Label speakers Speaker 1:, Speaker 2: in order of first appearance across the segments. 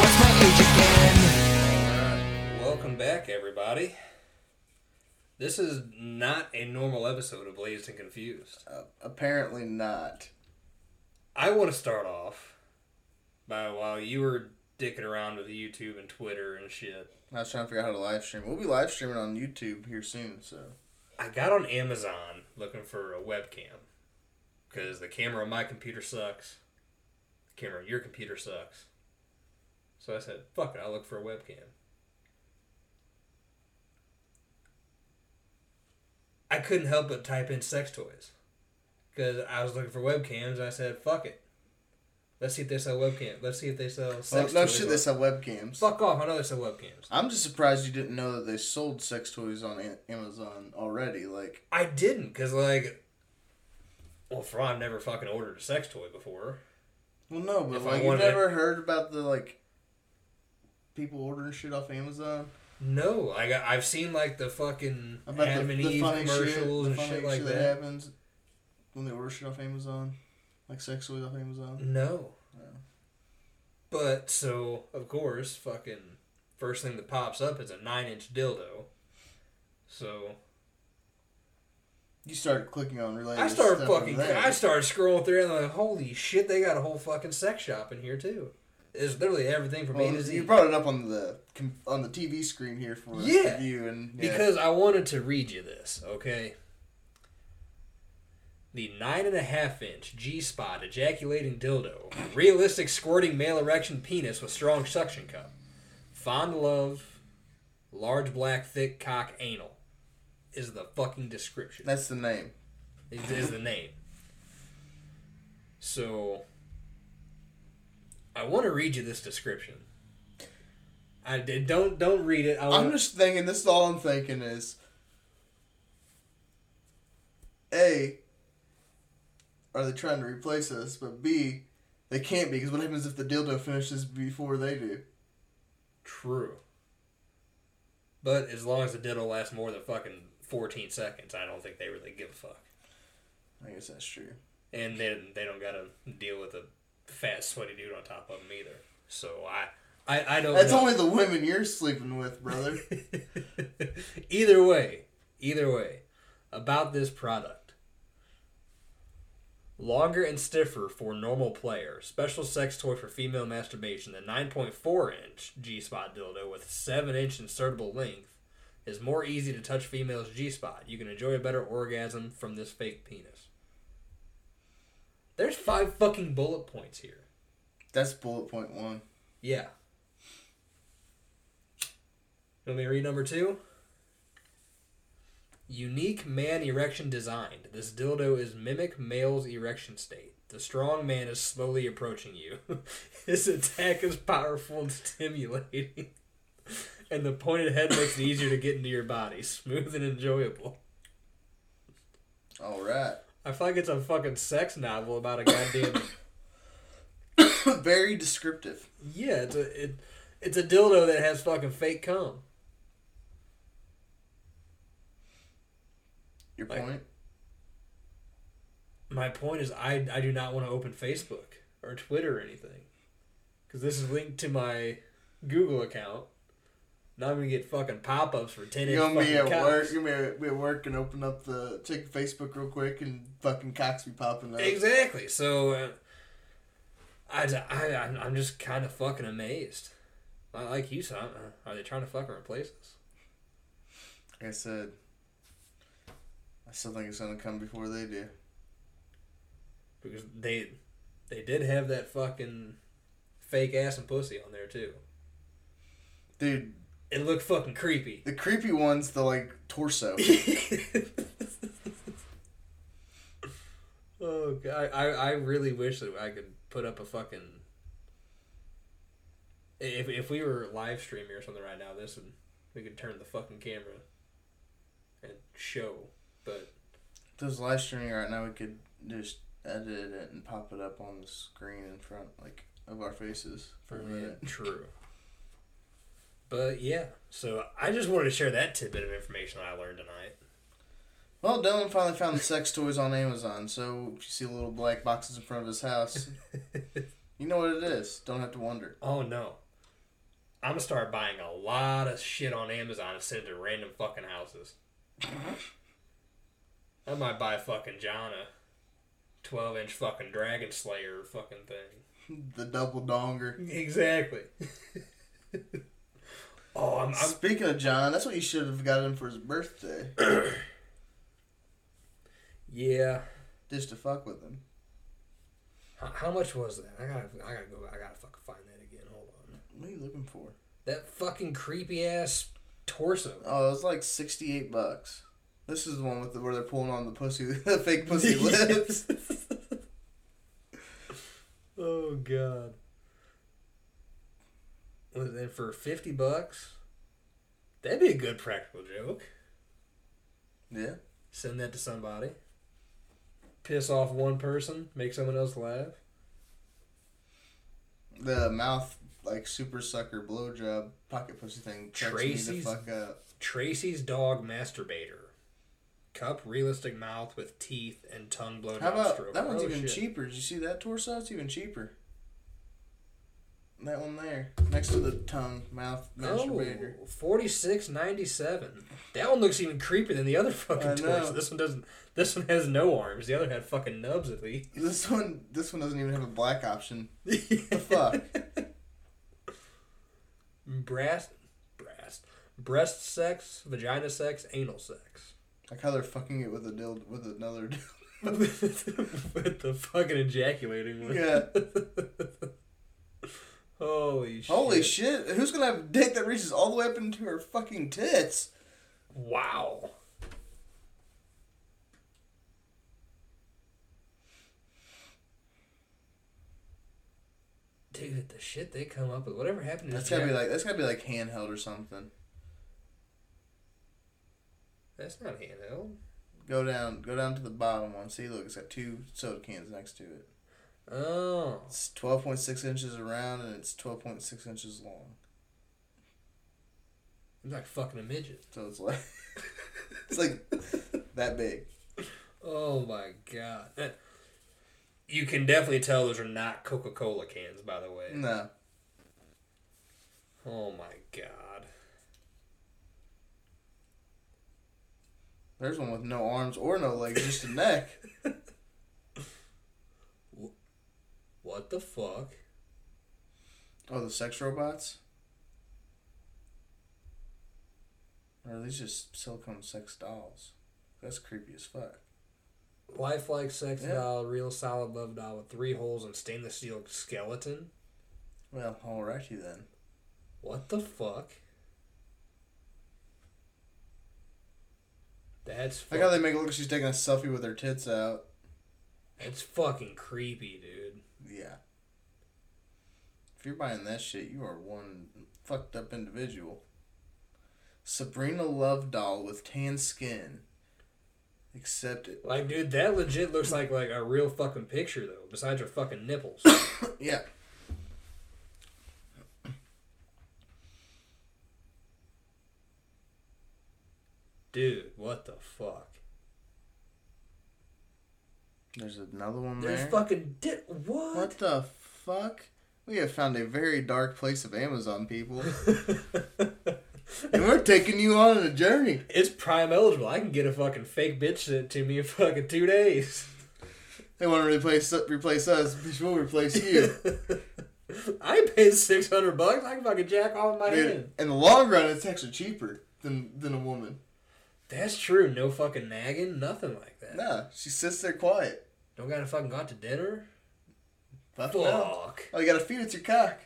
Speaker 1: What's my age again?
Speaker 2: Welcome back, everybody. This is not a normal episode of Blazed and Confused.
Speaker 3: Uh, apparently not.
Speaker 2: I want to start off by while you were dicking around with YouTube and Twitter and shit,
Speaker 3: I was trying to figure out how to live stream. We'll be live streaming on YouTube here soon, so
Speaker 2: I got on Amazon looking for a webcam because the camera on my computer sucks. The camera on your computer sucks. So I said, fuck it, I'll look for a webcam. I couldn't help but type in sex toys because I was looking for webcams and I said, fuck it. Let's see if they sell webcam. Let's see if they sell
Speaker 3: well,
Speaker 2: sex
Speaker 3: Oh, no
Speaker 2: toys.
Speaker 3: shit. They sell webcams.
Speaker 2: Fuck off, I know they sell webcams.
Speaker 3: I'm just surprised you didn't know that they sold sex toys on A- Amazon already. Like,
Speaker 2: I didn't, cause like, well, for I've never fucking ordered a sex toy before.
Speaker 3: well, no, but
Speaker 2: If I
Speaker 3: like you
Speaker 2: wanted
Speaker 3: never heard about the like people ordering shit off Amazon.
Speaker 2: No, I got, I've seen like the fucking
Speaker 3: About
Speaker 2: Adam
Speaker 3: the,
Speaker 2: and
Speaker 3: the
Speaker 2: Eve
Speaker 3: funny
Speaker 2: commercials
Speaker 3: shit, the
Speaker 2: and
Speaker 3: funny
Speaker 2: shit like
Speaker 3: shit
Speaker 2: that.
Speaker 3: that happens when they order shit off Amazon, like sex toys off Amazon.
Speaker 2: No. But so of course, fucking first thing that pops up is a nine-inch dildo. So
Speaker 3: You started clicking on related.
Speaker 2: I started
Speaker 3: stuff
Speaker 2: fucking,
Speaker 3: there.
Speaker 2: I started scrolling through and I'm like, holy shit, they got a whole fucking sex shop in here too. It's literally everything from A
Speaker 3: Well,
Speaker 2: to Z.
Speaker 3: you brought it up on the com- on the TV screen here for us to
Speaker 2: Yeah,
Speaker 3: view, and yeah.
Speaker 2: Because I wanted to read you this, okay? The nine and a half inch G spot ejaculating dildo, realistic squirting male erection penis with strong suction cup, fond love, large black thick cock anal, is the fucking description.
Speaker 3: that's the name.
Speaker 2: Is, is the name. So, I want to read you this description. I did, don't don't read it. I
Speaker 3: I'm
Speaker 2: wanna-
Speaker 3: just thinking. This is all I'm thinking is, a, are they trying to replace us? But b, they can't be because what happens if the dildo finishes before they do?
Speaker 2: True. But as long as the diddle lasts more than fucking 14 seconds, I don't think they really give a fuck.
Speaker 3: I guess that's true.
Speaker 2: And then they don't gotta deal with a fat, sweaty dude on top of them either. So I, I, I don't.
Speaker 3: That's
Speaker 2: know.
Speaker 3: only the women you're sleeping with, brother.
Speaker 2: either way, either way, about this product. Longer and stiffer for normal player. Special sex toy for female masturbation. The 9.4 inch G spot dildo with 7 inch insertable length is more easy to touch females' G spot. You can enjoy a better orgasm from this fake penis. There's five fucking bullet points here.
Speaker 3: that's bullet point one.
Speaker 2: Yeah. You want me to read number two? Unique man erection designed. This dildo is mimic male's erection state. The strong man is slowly approaching you. His attack is powerful and stimulating. And the pointed head makes it easier to get into your body. Smooth and enjoyable.
Speaker 3: All right.
Speaker 2: I feel like it's a fucking sex novel about a goddamn
Speaker 3: Very descriptive.
Speaker 2: Yeah, it's a it, it's a dildo that has fucking fake cum.
Speaker 3: Your
Speaker 2: Like-
Speaker 3: point.
Speaker 2: My point is, I I do not want to open Facebook or Twitter or anything, because this is linked to my Google account. Now I'm gonna get fucking pop ups for ten inch
Speaker 3: You're gonna
Speaker 2: fucking
Speaker 3: be at
Speaker 2: cocks.
Speaker 3: work. You're gonna be at work and open up the check Facebook real quick and fucking cocks be popping up.
Speaker 2: Exactly. So, uh, I, I I'm- I'm just kind of fucking amazed. I like you, son. Are they trying to fucking replace us?
Speaker 3: Like I said, I still think it's gonna come before they do.
Speaker 2: Because they they did have that fucking fake ass and pussy on there too.
Speaker 3: Dude,
Speaker 2: It looked fucking creepy.
Speaker 3: the creepy one's the like torso.
Speaker 2: oh god, I, I really wish that I could put up a fucking If if we were live streaming or something right now, this would we could turn the fucking camera and show. But
Speaker 3: If there's live streaming right now, we could just edit it and pop it up on the screen in front, like of our faces
Speaker 2: Oh,
Speaker 3: for a minute.
Speaker 2: true. But yeah, so I just wanted to share that tidbit of information that I learned tonight.
Speaker 3: Well, Dylan finally found the sex toys on Amazon, so if you see little black boxes in front of his house, you know what it is. Don't have to wonder.
Speaker 2: Oh no. I'm gonna start buying a lot of shit on Amazon and send it to random fucking houses. I might buy fucking Jonna, twelve inch fucking Dragon Slayer fucking thing.
Speaker 3: The double donger.
Speaker 2: Exactly. oh, I'm, I'm
Speaker 3: Speaking of John, that's what you should have got him for his birthday,
Speaker 2: yeah.
Speaker 3: just to fuck with him.
Speaker 2: How, how much was that? I gotta I gotta go. I gotta fucking find that again. Hold on.
Speaker 3: What are you looking for?
Speaker 2: That fucking creepy ass torso.
Speaker 3: Oh, it was like sixty-eight bucks. This is the one with the, where they're pulling on the pussy, the fake pussy lips.
Speaker 2: oh god. Was it for fifty bucks? That'd be a good practical joke.
Speaker 3: Yeah.
Speaker 2: Send that to somebody. Piss off one person, make someone else laugh.
Speaker 3: The mouth like super sucker blowjob pocket pussy thing cracks me the
Speaker 2: Tracy's-
Speaker 3: fuck up.
Speaker 2: Tracy's dog masturbator. Cup realistic mouth with teeth and tongue blown
Speaker 3: How
Speaker 2: out
Speaker 3: about
Speaker 2: stroke.
Speaker 3: that one's
Speaker 2: Oh,
Speaker 3: even
Speaker 2: shit.
Speaker 3: cheaper? Did you see that torso? It's even cheaper. That one there, next to the tongue, mouth, masturbator.
Speaker 2: Oh, 46.97. That one looks even creepier than the other
Speaker 3: I
Speaker 2: fucking
Speaker 3: know.
Speaker 2: torso. This one doesn't. This one has no arms. The other had fucking nubs at least.
Speaker 3: This one, this one doesn't even have a black option. The fuck?
Speaker 2: Breast, breast, breast sex, vagina sex, anal sex.
Speaker 3: like how they're fucking it with a dild with another. Dild.
Speaker 2: With the fucking ejaculating one.
Speaker 3: Yeah.
Speaker 2: Holy shit.
Speaker 3: Holy shit! Who's gonna have a dick that reaches all the way up into her fucking tits?
Speaker 2: Wow. Dude, the shit they come up with, whatever happened to
Speaker 3: That's
Speaker 2: Jack-
Speaker 3: gotta be like that's gotta be like handheld or something.
Speaker 2: That's not handheld.
Speaker 3: Go down, go down to the bottom one. See, look, it's got two soda cans next to it.
Speaker 2: Oh.
Speaker 3: It's twelve point six inches around and it's twelve point six inches long.
Speaker 2: I'm like fucking a midget.
Speaker 3: So it's like it's like that big.
Speaker 2: Oh my god. That- You can definitely tell those are not Coca Cola cans, by the way.
Speaker 3: No,
Speaker 2: Oh my god.
Speaker 3: there's one with no arms or no legs, just a neck.
Speaker 2: What the fuck?
Speaker 3: Oh, the sex robots. Or are these just silicone sex dolls? That's creepy as fuck.
Speaker 2: Lifelike sex
Speaker 3: Yeah.
Speaker 2: doll, real solid love doll with three holes and stainless steel skeleton.
Speaker 3: Well, alrighty then.
Speaker 2: What the fuck? That's
Speaker 3: Like
Speaker 2: fuck-
Speaker 3: how they make it look like she's taking a selfie with her tits out.
Speaker 2: that's fucking creepy, dude.
Speaker 3: Yeah. If you're buying that shit, you are one fucked up individual. Sabrina Love doll with tan skin. Except it.
Speaker 2: Like, dude, that legit looks like like a real fucking picture though. Besides her fucking nipples.
Speaker 3: Yeah.
Speaker 2: dude, what the fuck?
Speaker 3: There's another one there.
Speaker 2: There's fucking di- what?
Speaker 3: What the fuck? We have found a very dark place of Amazon people. and we're taking you on a journey.
Speaker 2: It's prime eligible. I can get a fucking fake bitch sent to me in fucking two days.
Speaker 3: They want to replace replace us, bitch, we'll replace you.
Speaker 2: I paid six hundred bucks. I can fucking jack off my
Speaker 3: Dude,
Speaker 2: hand.
Speaker 3: in the long run, it's actually cheaper than than a woman.
Speaker 2: That's true. No fucking nagging. Nothing like that.
Speaker 3: Nah, she sits there quiet.
Speaker 2: Don't gotta fucking go out to dinner.
Speaker 3: Fuck no.
Speaker 2: Fuck.
Speaker 3: Oh, you gotta feed it your cock.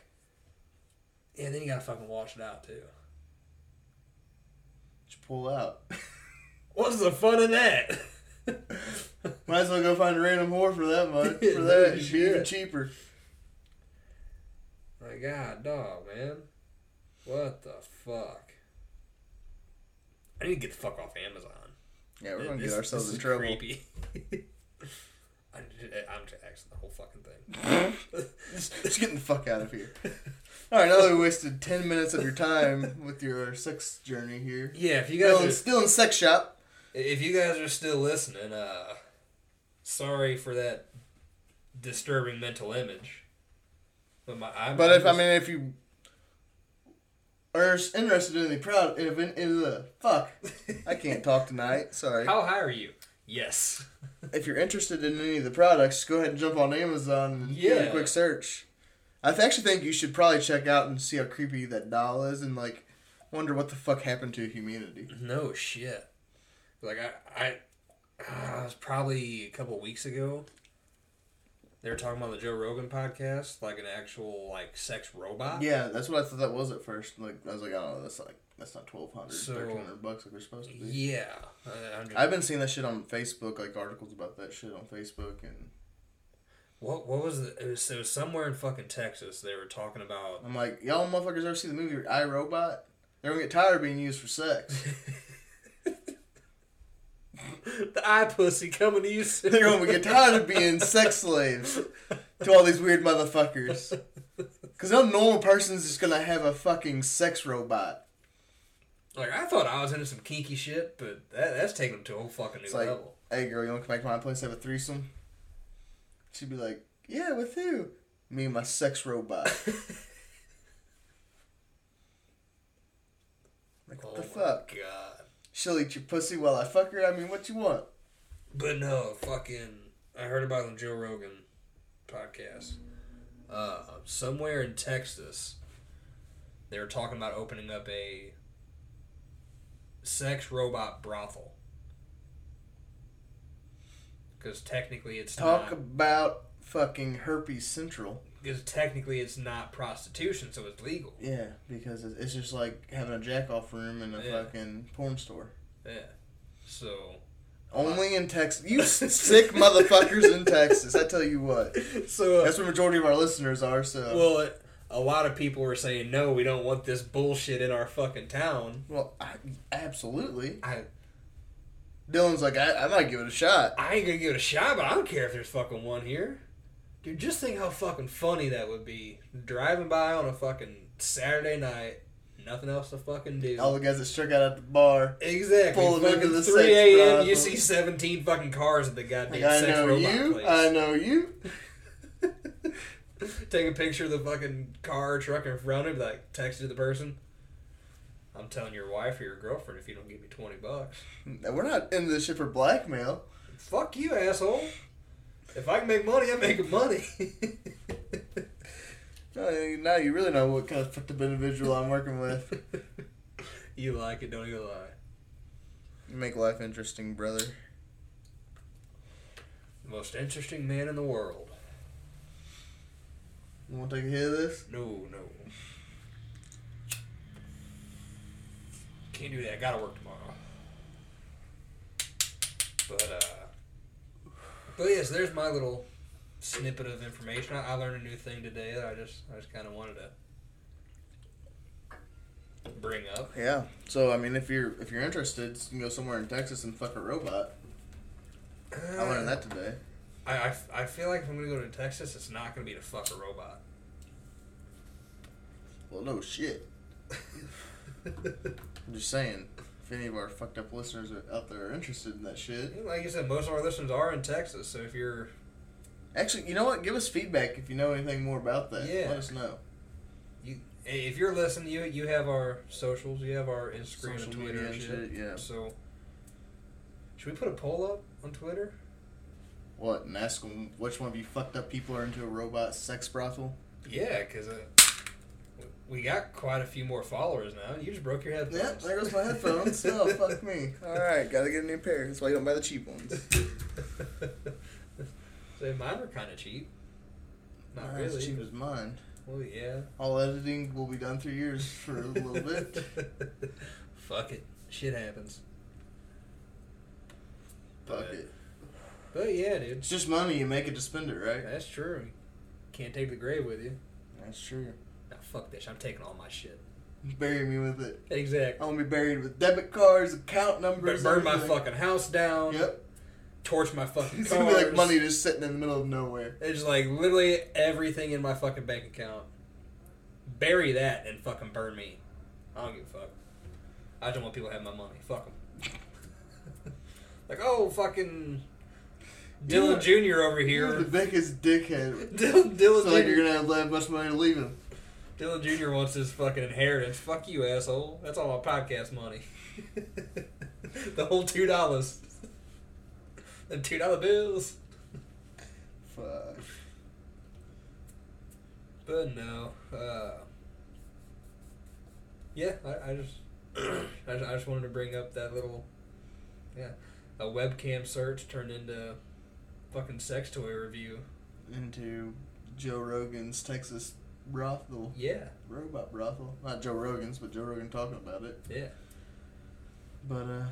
Speaker 2: Yeah, then you gotta fucking wash it out too.
Speaker 3: Just pull out.
Speaker 2: What's the fun in that?
Speaker 3: Might as well go find a random whore for that much. For
Speaker 2: Yeah,
Speaker 3: that,
Speaker 2: no
Speaker 3: it'd be even
Speaker 2: shit.
Speaker 3: cheaper.
Speaker 2: My my god, dog, man. What the fuck? I need to get the fuck off Amazon.
Speaker 3: Yeah, we're
Speaker 2: Th-
Speaker 3: gonna
Speaker 2: this-
Speaker 3: get ourselves
Speaker 2: this
Speaker 3: in
Speaker 2: is
Speaker 3: trouble.
Speaker 2: creepy. I, I'm just axing the whole fucking thing.
Speaker 3: Just, just getting the fuck out of here. All right, now that we wasted ten minutes of your time with your sex journey here.
Speaker 2: Yeah, if you
Speaker 3: Still in,
Speaker 2: guys
Speaker 3: still in sex
Speaker 2: are,
Speaker 3: shop.
Speaker 2: if you guys are still listening, uh, sorry for that disturbing mental image. But my, I'm,
Speaker 3: But
Speaker 2: I'm
Speaker 3: if I
Speaker 2: just-
Speaker 3: mean, if you are interested in the proud, in, in, in the fuck, I can't talk tonight. Sorry.
Speaker 2: how high are you? Yes.
Speaker 3: if you're interested in any of the products, go ahead and jump on Amazon and give it a
Speaker 2: Yeah.
Speaker 3: quick search. I th- actually think you should probably check out and see how creepy that doll is and like wonder what the fuck happened to humanity.
Speaker 2: No shit. Like I, I, uh, it was probably a couple weeks ago. They were talking about the Joe Rogan podcast, like an actual like sex robot.
Speaker 3: Yeah, that's what I thought that was at first. Like I was like, oh, that's like that's not 1200
Speaker 2: So-
Speaker 3: 1300 bucks like they're supposed to be.
Speaker 2: Yeah. I, I'm just,
Speaker 3: I've been seeing that shit on Facebook, like articles about that shit on Facebook, and
Speaker 2: what what was the, it? Was, it was somewhere in fucking Texas. They were talking about.
Speaker 3: I'm like, y'all motherfuckers ever see the movie I Robot? They're gonna get tired of being used for sex.
Speaker 2: The eye pussy coming to you soon.
Speaker 3: They're gonna get tired of being sex slaves to all these weird motherfuckers. Cause no normal person's just gonna have a fucking sex robot.
Speaker 2: Like I thought I was into some kinky shit, but that, that's taking them to a whole fucking new
Speaker 3: It's like,
Speaker 2: level.
Speaker 3: hey girl, you wanna come back to my place and have a threesome? She'd be like, yeah, with who? Me and my sex robot. like, what
Speaker 2: Oh my
Speaker 3: the fuck?
Speaker 2: god.
Speaker 3: She'll eat your pussy while I fuck her? I mean, what you want?
Speaker 2: But no, fucking. I heard about it on Joe Rogan podcast. Uh, somewhere in Texas, they were talking about opening up a sex robot brothel. Because technically, it's
Speaker 3: Talk
Speaker 2: not.
Speaker 3: about fucking herpes central.
Speaker 2: Because technically, it's not prostitution, so it's legal.
Speaker 3: Yeah, because it- it's just like having a jack off room in a
Speaker 2: Yeah.
Speaker 3: fucking porn store.
Speaker 2: Yeah. So.
Speaker 3: Only in Texas. You s- sick motherfuckers in Texas. I tell you what.
Speaker 2: So.
Speaker 3: That's where majority of our listeners are, so. Well,
Speaker 2: uh, well, it, a lot of people were saying no, we don't want this bullshit in our fucking town.
Speaker 3: I, absolutely.
Speaker 2: I
Speaker 3: Dylan's like, I, I might give it a shot.
Speaker 2: I ain't gonna give it a shot, but I don't care if there's fucking one here. Dude, just think how fucking funny that would be. Driving by on a fucking Saturday night, nothing else to fucking do.
Speaker 3: All the guys that struck out at the bar.
Speaker 2: exactly.
Speaker 3: pulling
Speaker 2: Fucking
Speaker 3: into the
Speaker 2: 3
Speaker 3: sex
Speaker 2: a.m. You
Speaker 3: brothel.
Speaker 2: see 17 fucking cars at the goddamn
Speaker 3: Like, I
Speaker 2: sex
Speaker 3: know
Speaker 2: robot
Speaker 3: you. Uh,
Speaker 2: place.
Speaker 3: I know you.
Speaker 2: Take a picture of the fucking car, truck in front of it, like, text it to the person. I'm telling your wife or your girlfriend if you don't give me 20 bucks.
Speaker 3: We're not into this shit for blackmail.
Speaker 2: Fuck you, asshole. If I can make money, I'm making money.
Speaker 3: No, Uh, Now you really know what kind of fucked up individual I'm working with.
Speaker 2: you like it, don't you lie.
Speaker 3: You make life interesting, brother.
Speaker 2: The most interesting man in the world.
Speaker 3: You want to take a hit of this?
Speaker 2: No, no. Can't do that. Gotta work tomorrow. But, uh. But yes, there's my little snippet of information. I, I learned a new thing today that I just, I just kind of wanted to bring up.
Speaker 3: Yeah. So I mean, if you're if you're interested, you can go somewhere in Texas and fuck a robot. I learned that today.
Speaker 2: I, I, I feel like if I'm gonna go to Texas, it's not gonna be to fuck a robot.
Speaker 3: Well, no shit. I'm just saying, if any of our fucked up listeners are out there are interested in that shit,
Speaker 2: like you said, most of our listeners are in Texas, so if you're
Speaker 3: actually, you know what? Give us feedback if you know anything more about that.
Speaker 2: Yeah.
Speaker 3: Let us know.
Speaker 2: you if you're listening, you you have our socials, you have our Instagram
Speaker 3: Social
Speaker 2: and Twitter
Speaker 3: media
Speaker 2: and
Speaker 3: and
Speaker 2: shit.
Speaker 3: shit, yeah.
Speaker 2: So should we put a poll up on Twitter?
Speaker 3: What? And ask them which one of you fucked up people are into a robot sex brothel.
Speaker 2: Yeah, because uh, we got quite a few more followers now. You just broke your headphones.
Speaker 3: Yep, there goes my headphones. oh, fuck me. All right, gotta get a new pair. That's why you don't buy the cheap ones.
Speaker 2: so mine were kind of cheap. Not
Speaker 3: Not
Speaker 2: really.
Speaker 3: as cheap as mine.
Speaker 2: Well, Oh, yeah.
Speaker 3: All editing will be done through yours for a little bit.
Speaker 2: Fuck it. Shit happens.
Speaker 3: Fuck it.
Speaker 2: But yeah, dude.
Speaker 3: It's just money. You make it to spend it, right?
Speaker 2: That's true. Can't take the grave with you.
Speaker 3: That's true.
Speaker 2: fuck this. I'm taking all my shit.
Speaker 3: Bury me with it. I
Speaker 2: Exactly.
Speaker 3: want to be buried with debit cards, account numbers.
Speaker 2: Burn my
Speaker 3: everything.
Speaker 2: fucking house down.
Speaker 3: Yep.
Speaker 2: Torch my fucking
Speaker 3: It's gonna be like
Speaker 2: cars.
Speaker 3: money just sitting in the middle of nowhere.
Speaker 2: It's like literally everything in my fucking bank account. Bury that and fucking burn me. I don't give a fuck. I just want people to have my money. Fuck them. like, oh, fucking Dylan Jr. over
Speaker 3: You're the
Speaker 2: here.
Speaker 3: biggest dickhead.
Speaker 2: Dylan, Dylan,
Speaker 3: So like
Speaker 2: Jr.
Speaker 3: you're gonna have that much money to leave him.
Speaker 2: Dylan Jr. wants his fucking inheritance. Fuck you, asshole. That's all my podcast money. the whole two dollars. The two dollar bills.
Speaker 3: Fuck.
Speaker 2: But no, uh, yeah, I, I just, I just, I just wanted to bring up that little, yeah, a webcam search turned into fucking sex toy review.
Speaker 3: Into Joe Rogan's Texas brothel,
Speaker 2: Yeah,
Speaker 3: robot brothel. Not Joe Rogan's, but Joe Rogan talking about it.
Speaker 2: yeah.
Speaker 3: But uh,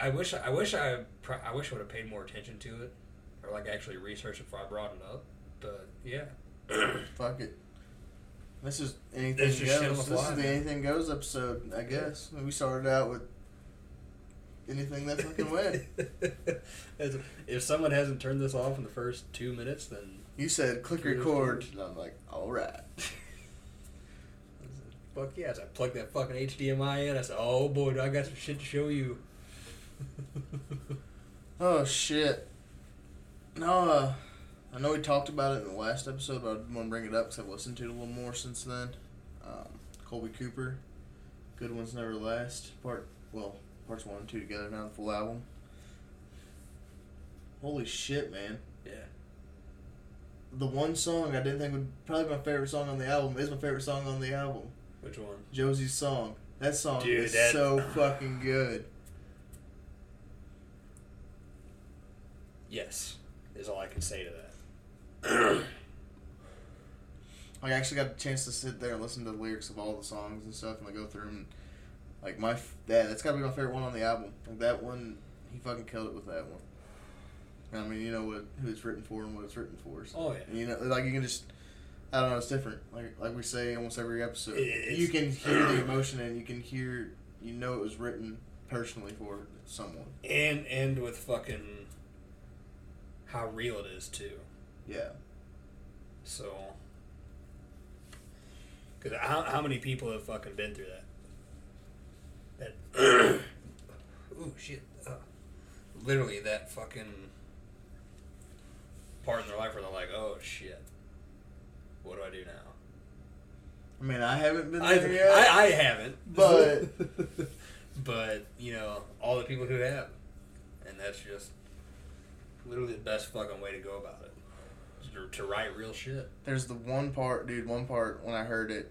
Speaker 2: I, I wish, I wish I, pro- I wish I would have paid more attention to it, or like actually researched it before I brought it up. But yeah,
Speaker 3: fuck it. This is anything
Speaker 2: This is
Speaker 3: goes.
Speaker 2: shit on the
Speaker 3: this
Speaker 2: fly,
Speaker 3: is the
Speaker 2: man.
Speaker 3: anything goes episode, I guess. We started out with anything that fucking went.
Speaker 2: As- if someone hasn't turned this off in the first two minutes, then
Speaker 3: You said click
Speaker 2: Here's
Speaker 3: record, and I'm like, all right.
Speaker 2: Fuck yeah. As I plugged that fucking HDMI in, I said, oh boy, do I got some shit to show you.
Speaker 3: Oh shit. No, uh, I know we talked about it in the last episode, but I want to bring it up because I've listened to it a little more since then. Um, Colby Cooper, "Good Ones Never Last," part well, parts one and two together now the full album. Holy shit, man!
Speaker 2: yeah.
Speaker 3: The one song I didn't think would probably my favorite song on the album is my favorite song on the album.
Speaker 2: Which one?
Speaker 3: Josie's song. That song
Speaker 2: Dude,
Speaker 3: is
Speaker 2: that-
Speaker 3: so fucking good.
Speaker 2: Yes, is all I can say to that.
Speaker 3: Like, I actually got a chance to sit there and listen to the lyrics of all the songs and stuff, and like go through 'em. Like my f- that that's gotta be my favorite one on the album. Like that one, he fucking killed it with that one. I mean, you know what who it's written for and what it's written for. So.
Speaker 2: Oh, yeah.
Speaker 3: You know, like you can just, I don't know, it's different. Like like we say almost every episode,
Speaker 2: It's-
Speaker 3: you can hear the emotion and you can hear, you know, it was written personally for someone.
Speaker 2: And end with fucking how real it is, too.
Speaker 3: Yeah.
Speaker 2: So. Because how, how many people have fucking been through that? That. Ooh, shit. Uh, literally, that fucking part in their life where they're like, oh, shit. What do I do now?
Speaker 3: I mean, I haven't been
Speaker 2: I,
Speaker 3: there yet.
Speaker 2: I, I haven't,
Speaker 3: But-
Speaker 2: but you know all the people who have, and that's just literally the best fucking way to go about it. is To, to write real shit.
Speaker 3: There's the one part, dude. One part when I heard it,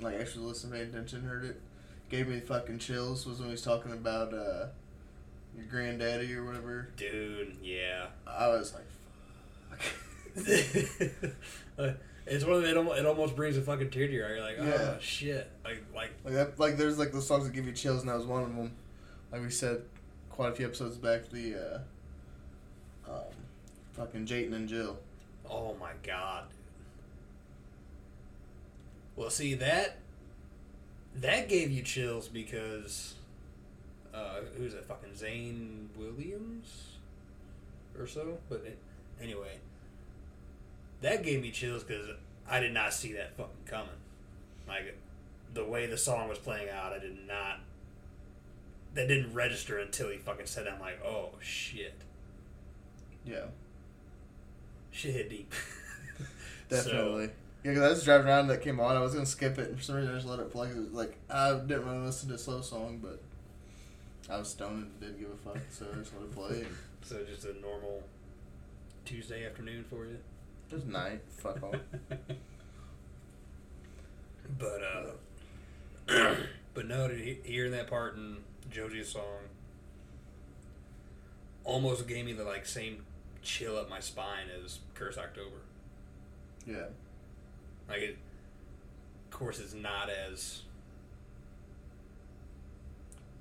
Speaker 3: like actually listened, paid attention, heard it, gave me fucking chills. Was when he was talking about uh, your granddaddy or whatever.
Speaker 2: Dude, yeah.
Speaker 3: I was like, fuck.
Speaker 2: Uh, it's one of the, it, almost, it almost brings a fucking tear to your eye. You're like,
Speaker 3: Yeah.
Speaker 2: oh shit. Like, like
Speaker 3: like that. Like there's like those songs that give you chills, and that was one of them. Like we said, quite a few episodes back, the uh, um, fucking Jayton and Jill.
Speaker 2: oh my god. dude. Well, see that that gave you chills because uh, who's that fucking Zane Williams or so? But it, anyway, that gave me chills because I did not see that fucking coming. Like the way the song was playing out, I did not. That didn't register until he fucking said that. I'm like, oh shit,
Speaker 3: Yeah,
Speaker 2: shit hit deep. So-
Speaker 3: definitely. Yeah, 'cause I was driving around and that came on. I was gonna skip it, and for some reason I just let it play. 'cause It was like I didn't really listen to a slow song, but I was stoned and didn't give a fuck, so I just let it play.
Speaker 2: So just a normal Tuesday afternoon for you.
Speaker 3: Just night, fuck off.
Speaker 2: but uh, but no, to he- hear that part in Josie's song almost gave me the like same chill up my spine as Curse October.
Speaker 3: Yeah,
Speaker 2: Like, it, of course, it's not as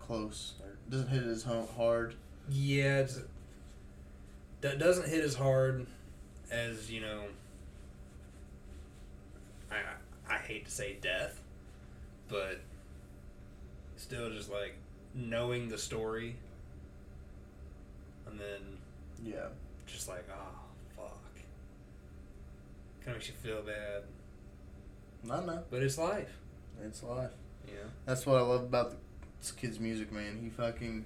Speaker 3: close. Doesn't hit it as ho- hard.
Speaker 2: Yeah, it's, that doesn't hit as hard as you know. I I hate to say death, but still just like knowing the story and then
Speaker 3: Yeah.
Speaker 2: just like, oh, fuck. Kind of makes you feel bad.
Speaker 3: No, no.
Speaker 2: But it's life,
Speaker 3: It's life.
Speaker 2: you know?
Speaker 3: That's what I love about the, this kid's music, man. He fucking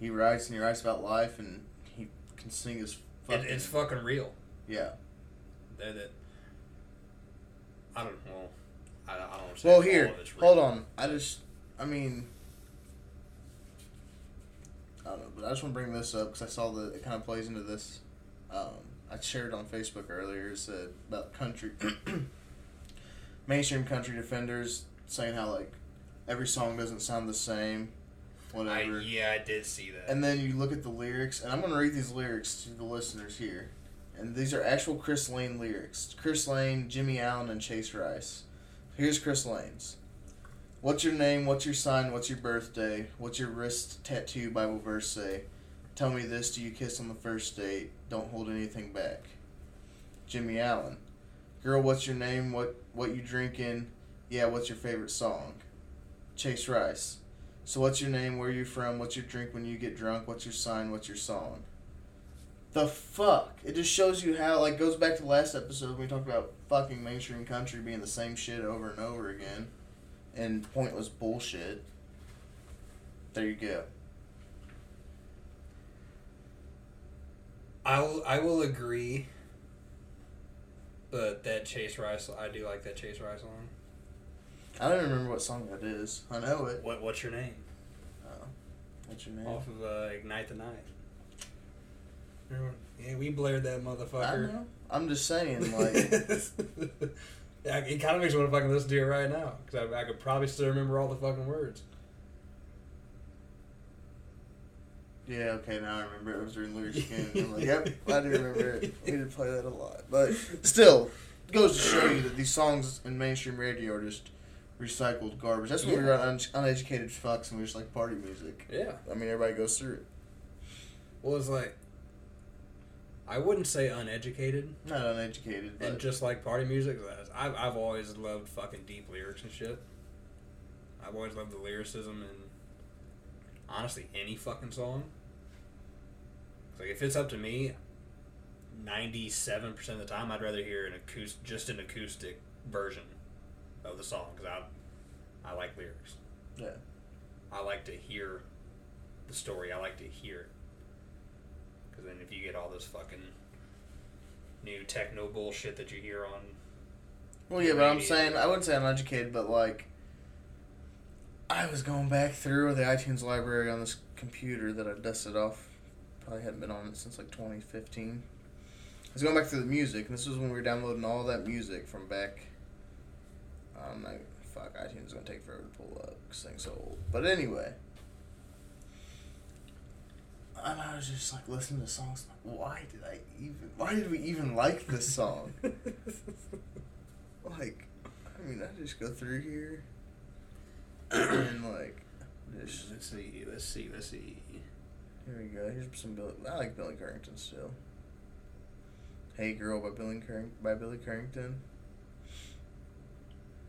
Speaker 3: he writes and he writes about life, and he can sing his fucking
Speaker 2: It, it's fucking real.
Speaker 3: yeah.
Speaker 2: That, that, I don't, well, I, I don't wanna say
Speaker 3: Well,
Speaker 2: all
Speaker 3: here,
Speaker 2: of it's real.
Speaker 3: hold on. I just, I mean, I don't know, but I just want to bring this up because I saw that it kind of plays into this. Um, I shared on Facebook earlier. It said about country, mainstream country defenders saying how like every song doesn't sound the same,
Speaker 2: I,
Speaker 3: whatever.
Speaker 2: yeah, I did see that.
Speaker 3: And then you look at the lyrics, and I'm going to read these lyrics to the listeners here. And these are actual Chris Lane lyrics Chris Lane, Jimmy Allen, and Chase Rice. Here's Chris Lane's What's your name? What's your sign? What's your birthday? What's your wrist tattoo Bible verse say? Tell me this do you kiss on the first date? Don't hold anything back. Jimmy Allen. Girl, what's your name? What what you drinking? Yeah, what's your favorite song? Chase Rice. So what's your name? Where you from? What's your drink when you get drunk? What's your sign? What's your song? The fuck! It just shows you how like goes back to the last episode when we talked about fucking mainstream country being the same shit over and over again, and pointless bullshit. There you go.
Speaker 2: I will, I will agree. But that Chase Rice, I do like that Chase Rice song.
Speaker 3: I don't even remember what song that is. I know it.
Speaker 2: What What's your name?
Speaker 3: Oh, what's your name?
Speaker 2: Off of uh, Ignite the Night. Remember- Yeah, we blared that
Speaker 3: I
Speaker 2: motherfucker.
Speaker 3: know. I'm just saying, like,
Speaker 2: Yeah, it kind of makes me want to fucking listen to it right now because I, I could probably still remember all the fucking words.
Speaker 3: yeah, okay, now I remember. It was during lyrics again. I'm like, yep, I do remember it. We did play that a lot, but still, it goes to show you that these songs in mainstream radio are just recycled garbage. That's when we were un- uneducated fucks and we just like party music.
Speaker 2: Yeah.
Speaker 3: I mean, everybody goes through it.
Speaker 2: Well, it's like I wouldn't say uneducated
Speaker 3: Not uneducated, but
Speaker 2: and just like party music. 'cause I've I've always loved fucking deep lyrics and shit. I've always loved the lyricism and honestly any fucking song. It's Like if it's up to me, ninety-seven percent of the time I'd rather hear an acoustic, just an acoustic version of the song because I I like lyrics.
Speaker 3: yeah,
Speaker 2: I like to hear the story. I like to hear it. Because then if you get all this fucking new techno bullshit that you hear on.
Speaker 3: well, yeah, but I'm
Speaker 2: Maybe.
Speaker 3: saying I wouldn't say uneducated, but like. I was going back through the iTunes library on this computer that I dusted off. Probably hadn't been on it since like 2015. I was going back through the music, and this was when we were downloading all that music from back. I'm like, fuck, iTunes is gonna take forever to pull up because things so old. But anyway, and I was just like listening to songs. Like, why did I even? Why did we even like this song? like, I mean, I just go through here and like, just
Speaker 2: Let's see, let's see, let's see.
Speaker 3: here we go. Here's some Billy. I like Billy Currington still. Hey Girl by Billy Curring by Billy Currington.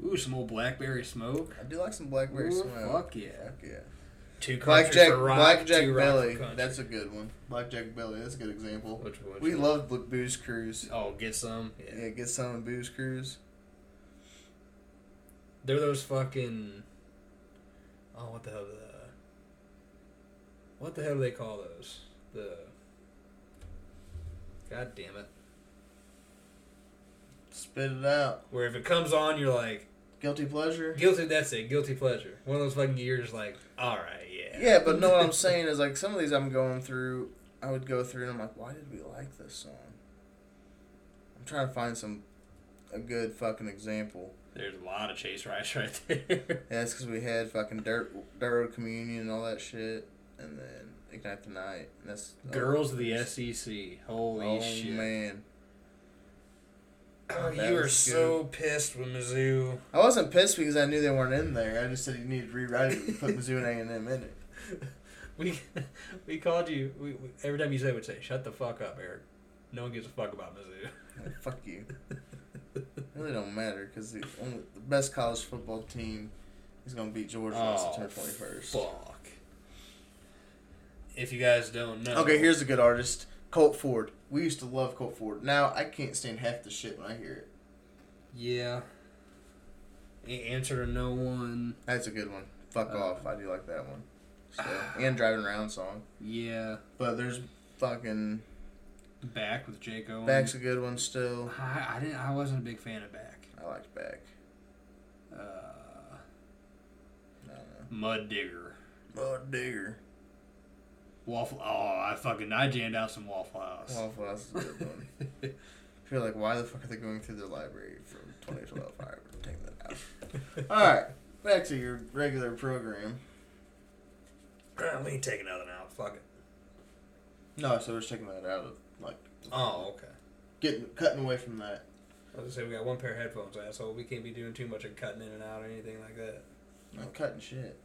Speaker 2: Ooh, some old blackberry smoke.
Speaker 3: I do like some Blackberry
Speaker 2: Ooh,
Speaker 3: Smoke.
Speaker 2: fuck yeah.
Speaker 3: Fuck yeah.
Speaker 2: Two
Speaker 3: Blackjack
Speaker 2: for rock,
Speaker 3: Blackjack
Speaker 2: two rock for
Speaker 3: Belly.
Speaker 2: country.
Speaker 3: That's a good one. Blackjack Belly. That's a good example.
Speaker 2: Which one?
Speaker 3: we love Bl- Booze Cruise.
Speaker 2: Oh, get some. Yeah.
Speaker 3: Yeah, get some of Booze Cruise.
Speaker 2: They're those fucking. Oh, what the hell? The, what the hell do they call those? The. God damn it.
Speaker 3: Spit it out.
Speaker 2: Where if it comes on, you're like,
Speaker 3: Guilty pleasure.
Speaker 2: Guilty, that's it. Guilty pleasure. One of those fucking years, like, all right, yeah.
Speaker 3: Yeah, but no, what I'm saying is like some of these I'm going through. I would go through and I'm like, why did we like this song? I'm trying to find some a good fucking example.
Speaker 2: There's a lot of Chase Rice right there.
Speaker 3: Yeah, that's because we had fucking dirt, dirt road communion and all that shit, and then ignite the night. And that's
Speaker 2: Girls of the SEC. Holy
Speaker 3: Oh
Speaker 2: shit.
Speaker 3: man,
Speaker 2: Oh,
Speaker 3: That
Speaker 2: you were
Speaker 3: was
Speaker 2: so pissed with Mizzou.
Speaker 3: I wasn't pissed because I knew they weren't in there. I just said you needed to rewrite it and put Mizzou and A and M in it.
Speaker 2: We we called you. We, we, every time you said, it, we'd say, shut the fuck up, Eric. No one gives a fuck about Mizzou.
Speaker 3: Like, fuck you. It really don't matter because the only the best college football team He's gonna beat George on
Speaker 2: Oh,
Speaker 3: September twenty first.
Speaker 2: fuck. If you guys don't know.
Speaker 3: Okay, here's a good artist, Colt Ford. We used to love Colt Ford. Now I can't stand half the shit when I hear it.
Speaker 2: Yeah. A- Answer to no one.
Speaker 3: That's a good one. Fuck
Speaker 2: Uh,
Speaker 3: off. I do like that one. Still. and driving around song.
Speaker 2: Yeah.
Speaker 3: But there's fucking
Speaker 2: Back with Jake Owen.
Speaker 3: Back's a good one still.
Speaker 2: I, I didn't. I wasn't a big fan of Back.
Speaker 3: I like Back.
Speaker 2: Uh,
Speaker 3: I don't know.
Speaker 2: Mud Digger.
Speaker 3: Oh digger.
Speaker 2: Waffle. Oh, I fucking I jammed out some Waffle House.
Speaker 3: Waffle House is a good one. I feel like why the fuck are they going through their library from twenty twelve? Alright, we'll take that out. Alright. Back to your regular program.
Speaker 2: Uh, we ain't taking nothing out. Fuck it.
Speaker 3: No, so we're just taking that out of like
Speaker 2: Oh, okay.
Speaker 3: getting cutting away from that.
Speaker 2: I was gonna say we got one pair of headphones, asshole. We can't be doing too much of cutting in and out or anything like that.
Speaker 3: I'm cutting shit.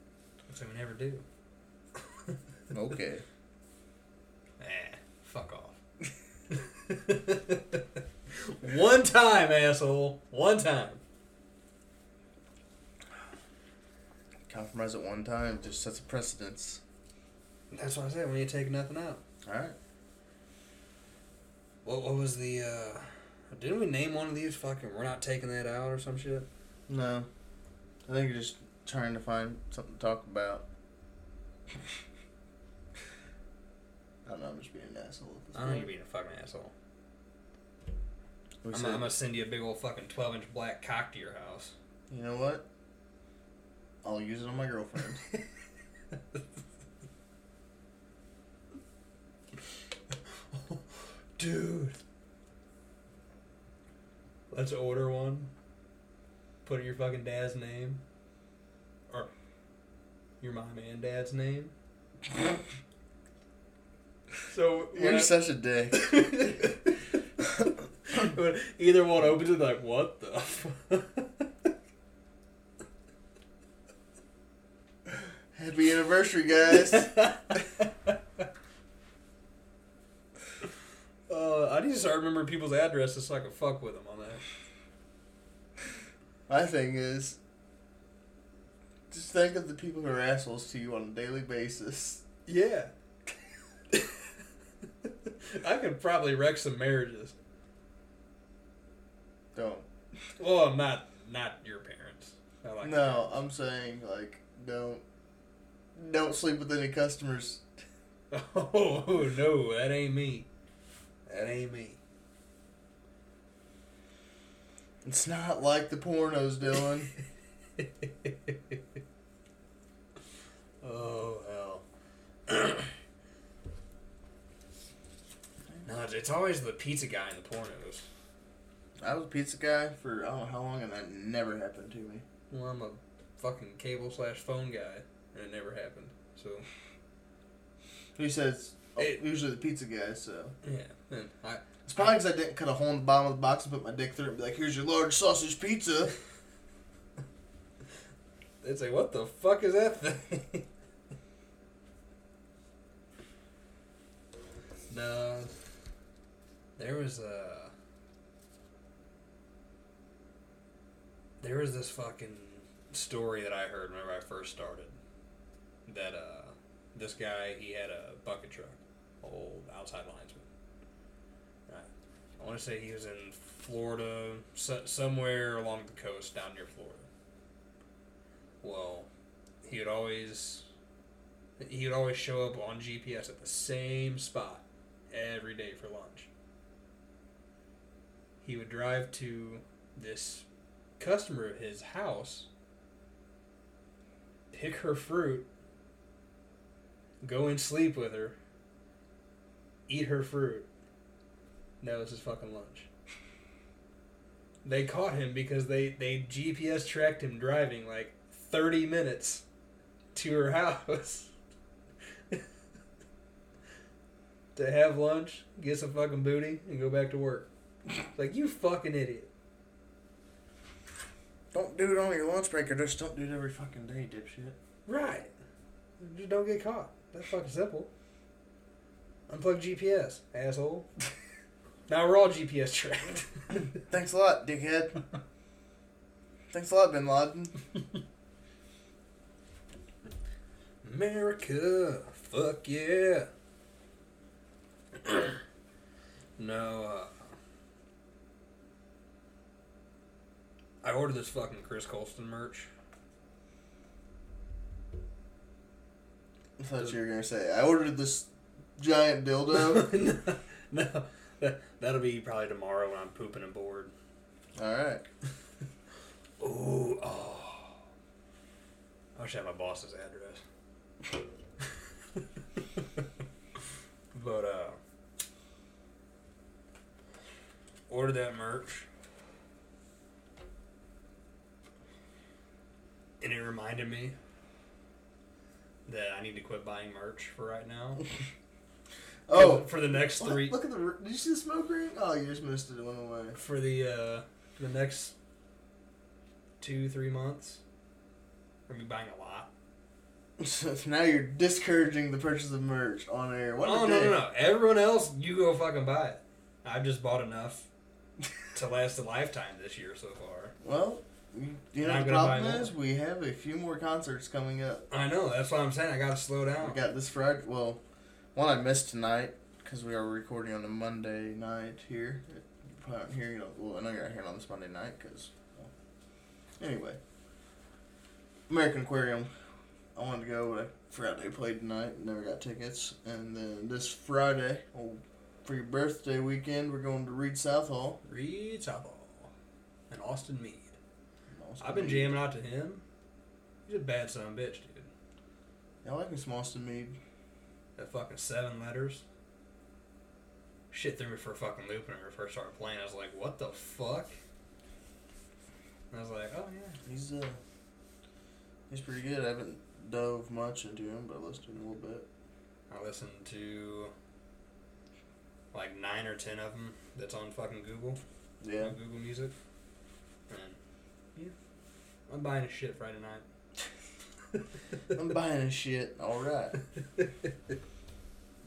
Speaker 2: That's what we never do.
Speaker 3: Okay.
Speaker 2: Eh, fuck off. One time, asshole. One time.
Speaker 3: Compromise at one time just sets a precedence.
Speaker 2: That's what I said. We ain't taking nothing out.
Speaker 3: Alright.
Speaker 2: What, what was the? uh Didn't we name one of these? Fucking, we're not taking that out or some shit.
Speaker 3: No. I think you're just trying to find something to talk about. I don't know, I'm just being an asshole. At this
Speaker 2: I know
Speaker 3: point.
Speaker 2: you're being a fucking asshole.
Speaker 3: We
Speaker 2: I'm,
Speaker 3: said-
Speaker 2: I'm gonna send you a big old fucking 12 inch black cock to your house.
Speaker 3: You know what? I'll use it on my girlfriend.
Speaker 2: Dude. Let's order one. Put your fucking dad's name. Or your mom and dad's name. so
Speaker 3: You're such a dick.
Speaker 2: when either one opens it like what the fuck?
Speaker 3: Happy anniversary, guys.
Speaker 2: Uh, I need to start remembering people's addresses so I can fuck with them on that.
Speaker 3: my thing is, just think of the people who are assholes to you on a daily basis.
Speaker 2: Yeah. I could probably wreck some marriages.
Speaker 3: Don't.
Speaker 2: Well, not not your parents. I like
Speaker 3: No, I'm saying like don't don't sleep with any customers.
Speaker 2: Oh, no, that ain't me. That ain't me.
Speaker 3: It's not like the pornos, Dylan.
Speaker 2: oh hell. no, it's- it's always the pizza guy in the pornos.
Speaker 3: I was a pizza guy for I don't know how long, and that never happened to me.
Speaker 2: Well, I'm a fucking cable slash phone guy, and it never happened. So
Speaker 3: He says oh,
Speaker 2: It-
Speaker 3: usually the pizza guy, so
Speaker 2: yeah, and I
Speaker 3: it's probably because I didn't cut a hole in the bottom of the box and put my dick through it and be like, "Here's your large sausage pizza."
Speaker 2: they'd say, "What the fuck is that thing?" no, there was a there was this fucking story that I heard whenever I first started that uh this guy he had a bucket truck, old outside linesman. I want to say he was in Florida, so, somewhere along the coast, down near Florida. Well, he would always he would always show up on GPS at the same spot every day for lunch. He would drive to this customer of his house, pick her fruit, go and sleep with her, eat her fruit. That was his fucking lunch. They caught him because they, they GPS tracked him driving like 30 minutes to her house to have lunch, get some fucking booty, and go back to work. It's like, you fucking idiot.
Speaker 3: Don't do it on your lunch break, or just don't do it every fucking day, dipshit.
Speaker 2: Right. Just don't get caught. That's fucking simple. Unplug GPS, asshole. now we're all GPS tracked.
Speaker 3: Thanks a lot, dickhead. Thanks a lot, Bin Laden.
Speaker 2: America. Fuck yeah. no, uh. I ordered this fucking Chris Colston merch.
Speaker 3: I thought you were gonna say I ordered this giant dildo.
Speaker 2: no, that, that'll be probably tomorrow when I'm pooping and bored.
Speaker 3: All right.
Speaker 2: Ooh, oh. I wish I had my boss's address. but, uh, ordered that merch. And it reminded me that I need to quit buying merch for right now.
Speaker 3: Oh,
Speaker 2: for the next
Speaker 3: look-
Speaker 2: three,
Speaker 3: Look at the. r- Did you see the smoke ring? Oh, you just missed it. It went away.
Speaker 2: for the uh, the next two three months, we're gonna be buying a lot.
Speaker 3: So now you're discouraging the purchase of merch on air. What
Speaker 2: Oh
Speaker 3: a
Speaker 2: no
Speaker 3: dick.
Speaker 2: no no! Everyone else, you go fucking buy it. I've just bought enough to last a lifetime this year so far.
Speaker 3: Well, you you know
Speaker 2: Not
Speaker 3: what the
Speaker 2: gonna buy
Speaker 3: problem
Speaker 2: more.
Speaker 3: is we have a few more concerts coming up.
Speaker 2: I know. That's what I'm saying. I gotta slow
Speaker 3: We
Speaker 2: down.
Speaker 3: got this Friday. Well, one I missed tonight because we are recording on a Monday night here. You probably aren't hearing it. on- Well, I know you're not hearing it on this Monday night because. Well, anyway, American Aquarium. I wanted to go, but I forgot they played tonight. Never got tickets. And then this Friday, oh, for your birthday weekend, we're going to Reed South Hall.
Speaker 2: Reed Chapel and Austin Mead. I've been jamming out to him. He's a bad son of a bitch, dude.
Speaker 3: I like me some Austin Mead.
Speaker 2: That fucking seven letters. Shit threw me for a fucking loop when we first started playing. I was like, what the fuck? And I was like, oh yeah.
Speaker 3: He's uh, he's pretty good. I haven't dove much into him, but I listened to him a little bit.
Speaker 2: I listened to like nine or ten of them that's on fucking Google,
Speaker 3: Yeah.
Speaker 2: on Google Music. And yeah, I'm buying a shit Friday night.
Speaker 3: I'm buying a shit. All right.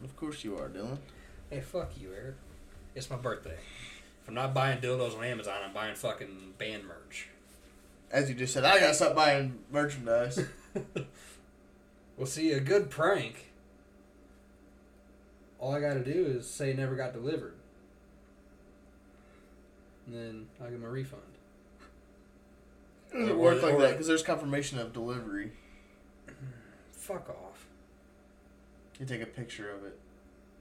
Speaker 3: of course you are, Dylan.
Speaker 2: Hey, fuck you, Eric. It's my birthday. If I'm not buying dildos on Amazon, I'm buying fucking band merch.
Speaker 3: As you just said, I gotta stop buying merchandise.
Speaker 2: Well, see, a good prank. All I gotta do is say never got delivered. And then I get my refund.
Speaker 3: Does it
Speaker 2: Or-
Speaker 3: work
Speaker 2: or-
Speaker 3: like that? Because there's confirmation of delivery.
Speaker 2: Fuck off.
Speaker 3: You take a picture of it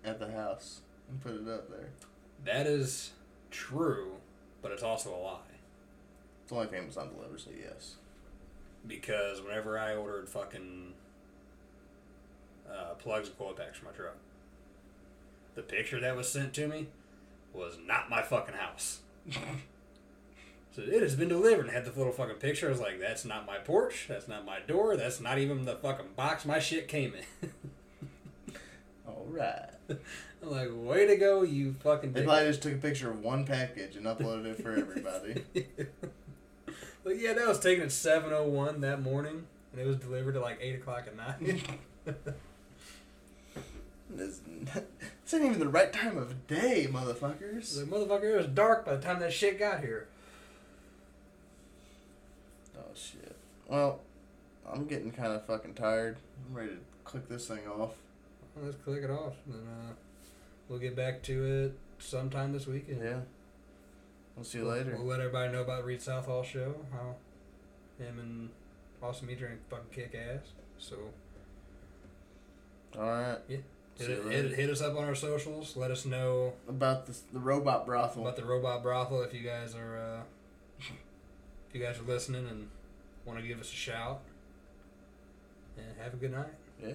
Speaker 3: at the house and put it up there.
Speaker 2: That is true, but it's also a lie.
Speaker 3: It's only if Amazon delivers, so yes.
Speaker 2: Because whenever I ordered fucking uh, plugs and coil packs for my truck, the picture that was sent to me was not my fucking house. so it has been delivered and had the little fucking picture. I was like, that's not my porch. That's not my door. That's not even the fucking box my shit came in.
Speaker 3: All right.
Speaker 2: I'm like, way to go, you fucking
Speaker 3: They
Speaker 2: dick.
Speaker 3: probably just took a picture of one package and uploaded it for everybody.
Speaker 2: But yeah, that was taken at 7.01 that morning, and it was delivered at like 8 o'clock at night.
Speaker 3: this, this ain't even the right time of day, motherfuckers.
Speaker 2: It's like, motherfucker, it was dark by the time that shit got here.
Speaker 3: Oh shit. Well, I'm getting kind of fucking tired. I'm ready to click this thing off.
Speaker 2: Well, let's click it off, and then uh, we'll get back to it sometime this weekend.
Speaker 3: Yeah. We'll see you later.
Speaker 2: We'll let everybody know about Reed Southall show, how him and Austin Mead drink fucking kick ass. So
Speaker 3: All right.
Speaker 2: Yeah.
Speaker 3: See
Speaker 2: hit,
Speaker 3: you
Speaker 2: hit-
Speaker 3: later.
Speaker 2: hit us up on our socials. Let us know
Speaker 3: About the the robot brothel.
Speaker 2: about the robot brothel if you guys are uh, if you guys are listening and want to give us a shout. And have a good night.
Speaker 3: yeah.